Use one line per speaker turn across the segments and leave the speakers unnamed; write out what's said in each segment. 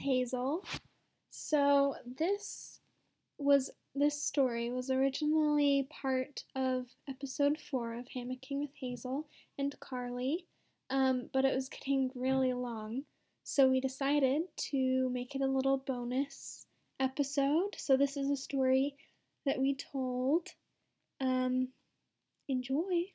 Hazel. So this was this story was originally part of episode four of Hammocking with Hazel and Carly, um, but it was getting really long, so we decided to make it a little bonus episode. So this is a story that we told. Um, enjoy.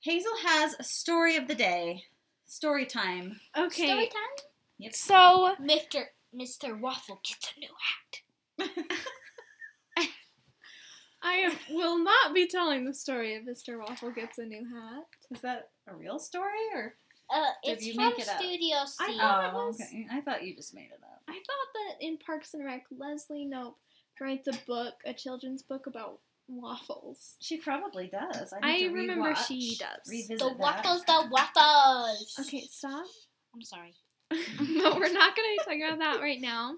Hazel has a story of the day. Story time.
Okay.
Story time?
Yep.
So
Mr. Mr. Waffle gets a new hat.
I am, will not be telling the story of Mr. Waffle gets a new hat.
Is that a real story or?
Uh,
Did
it's
you
from
make it up?
Studio C.
I thought it
Oh,
was-
okay. I thought you just made it up.
I thought that in Parks and Rec, Leslie Nope writes a book, a children's book about waffles.
She probably does.
I
need to
remember
rewatch,
she does.
Revisit
the
that.
waffles, the waffles.
Okay, stop.
I'm sorry.
no, we're not going to be talking about that right now.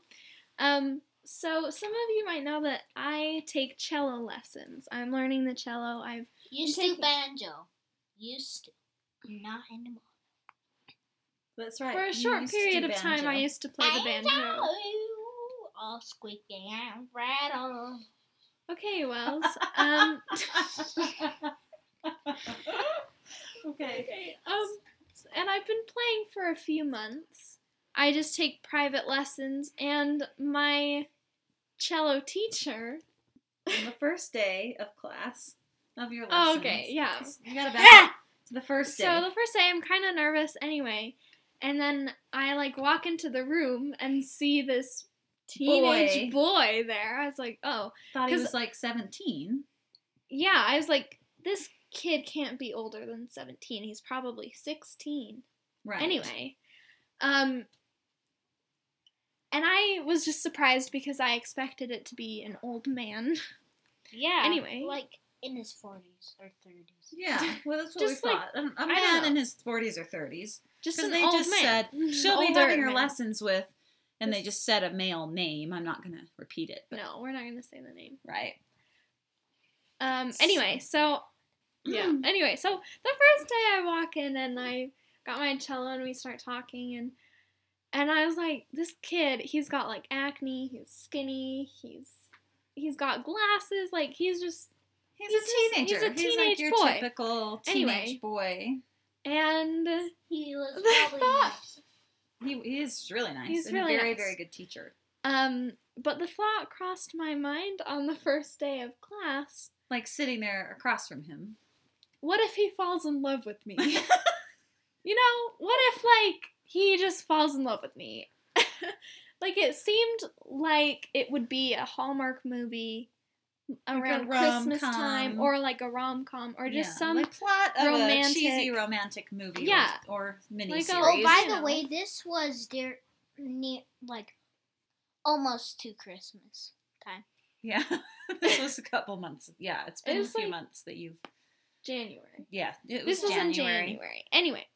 Um, so some of you might know that I take cello lessons. I'm learning the cello. I've
Used
I'm
to
taking-
banjo. Used to. Not anymore.
That's right.
for a
you
short
used to
period
do
of time
banjo.
I used to play the banjo.
All squeaking and rattle.
Okay, Wells. Um,
okay.
Okay, Um, and I've been playing for a few months. I just take private lessons, and my cello teacher.
On the first day of class of your lessons.
Oh, okay, yeah.
You gotta back up to the first day.
So the first day, I'm kind of nervous anyway, and then I like walk into the room and see this teenage boy,
Boy.
there. I was like, oh
Thought he
'cause-
was like 17.
yeah. I was like, this kid can't be older than 17. He's probably 16.
Right.
Anyway, um, and I was just surprised because I expected it to be an old man,
Yeah.
Anyway.
Ah! Like in his 40s or 30s.
Yeah, well, that's what we
Just like-
thought. A- A,
don't
man
know.
in his 40s or 30s.
just
Because
an
they
old
just
man.
said, she'll be
Older
having her
man.
lessons with, and they just said a male name. I'm not going to repeat it. But,
No, we're not gonna say the name.
Right.
Um. Anyway, so
Hmm.
yeah. Anyway, so the first day I walk in and I got my cello and we start talking and and I was like, this kid, he's got like acne, he's skinny, he's he's got glasses, like he's just
He's,
He's
a
just-
teenager.
he's a
like
teenage
your
boy.
typical teenage
Anyway.
boy.
and.
He was
They
probably
thought-
nice.
He, he is really nice.
He's
and
really
a very,
nice.
very good teacher.
Um, but the thought crossed my mind on the first day of class
Like sitting there across from him.
what if he falls in love with me? you know, what if, like, he just falls in love with me? like, it seemed like it would be a Hallmark movie
a
around Christmas time
rom-com.
or like a rom com or just
Yeah,
some.
like plot of a
romantic-
cheesy romantic movie
Yeah.
or, or
Like
miniseries.
a-
Oh, by
you
the
know.
way, this was their near like almost to Christmas time.
yeah, this was a couple months. Yeah, it's been
It
a
was
few
like-
months that you've.
January.
Yeah, it was
This was in
January.
January. Anyway,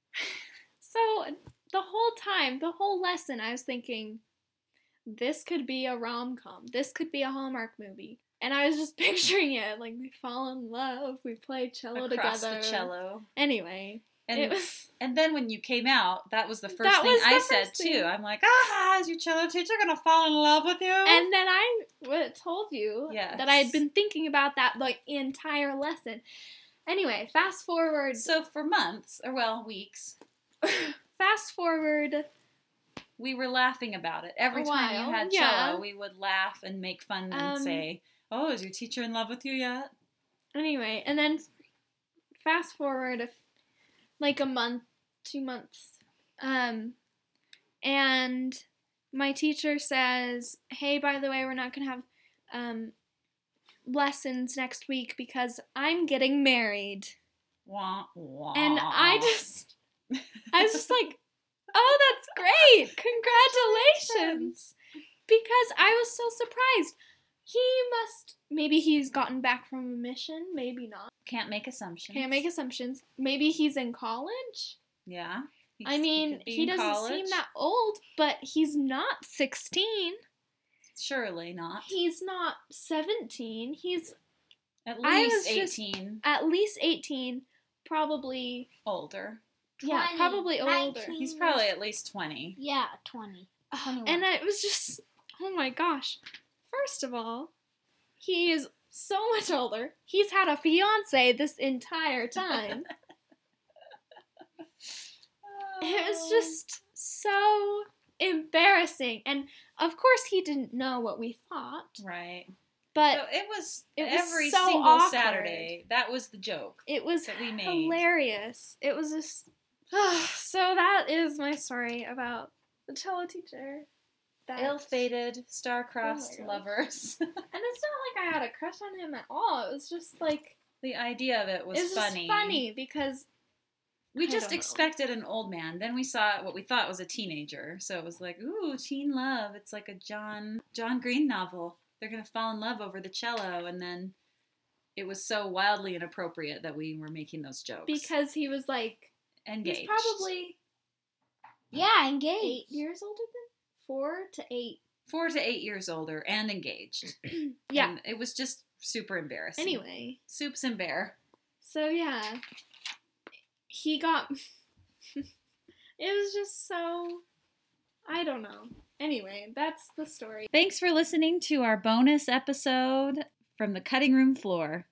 so the whole time, the whole lesson, I was thinking, this could be a rom com. This could be a Hallmark movie. And I was just picturing it like we fall in love, we play cello
across
together.
the cello.
Anyway,
And
it was
and then when you came out, that was the first
That
thing
was the
I said
first thing.
too. I'm like, ah, is your cello teacher gonna fall in love with you?
And then I w- told you
Yes.
that I had been thinking about that the entire lesson. Anyway, fast forward
so for months, or well, weeks,
fast forward
we were laughing about it. Every
A
time
while,
you had
yeah.
cello, we would laugh and make fun and
Um,
say, "Oh, is your teacher in love with you yet?"
Anyway, and then fast forward a f like a month, two months, um, and my teacher says, "Hey, by the way, we're not gonna have um, lessons next week because I'm getting married."
Wah, wah.
And I just, I was just like, "Oh, that's great! Congratulations!" Because I was so surprised. He must maybe he's gotten back from a mission, maybe not.
can't make assumptions.
Can't make assumptions. Maybe he's in college.
Yeah. He-
I mean,
could be
he
in
doesn't seem
college.
that old, but he's not 16.
Surely not.
He's not 17. He's
At
I
least
was just-
eighteen
at least 18, probably
older. Yeah,
20,
probably older.
19.
He's probably at least 20.
Yeah, 20.
Ugh,
21.
and I- it was just, oh my gosh. First of all, he is so much older. He's had a fiance this entire time. it was
Oh.
just so embarrassing. And of course, he didn't know what we thought,
Oh, Right.
but
So it was
it was
every
so
single
awkward.
Saturday. That was the joke.
it was
that we made.
hilarious. It was just. so, that is my story about the cello teacher. That
Ill fated, star-crossed
Oh my gosh.
lovers.
And it's not like I had a crush on him at all. It was just like
the idea of it was,
it was
funny.
just funny because
We
I
just
don't know.
expected an old man. Then we saw what we thought was a teenager. So it was like, ooh, teen love. It's like a John John Green novel. They're gonna fall in love over the cello, and then it was so wildly inappropriate that we were making those jokes.
because he was like
engaged.
he's probably
Yeah, engaged.
eight years older than four to eight.
four to eight years older and engaged.
Yeah.
And it was just super embarrassing.
Anyway,
Soups and Bear.
so yeah, he got. it was just so. I don't know. Anyway, that's the story.
Thanks for listening to our bonus episode from the cutting room floor.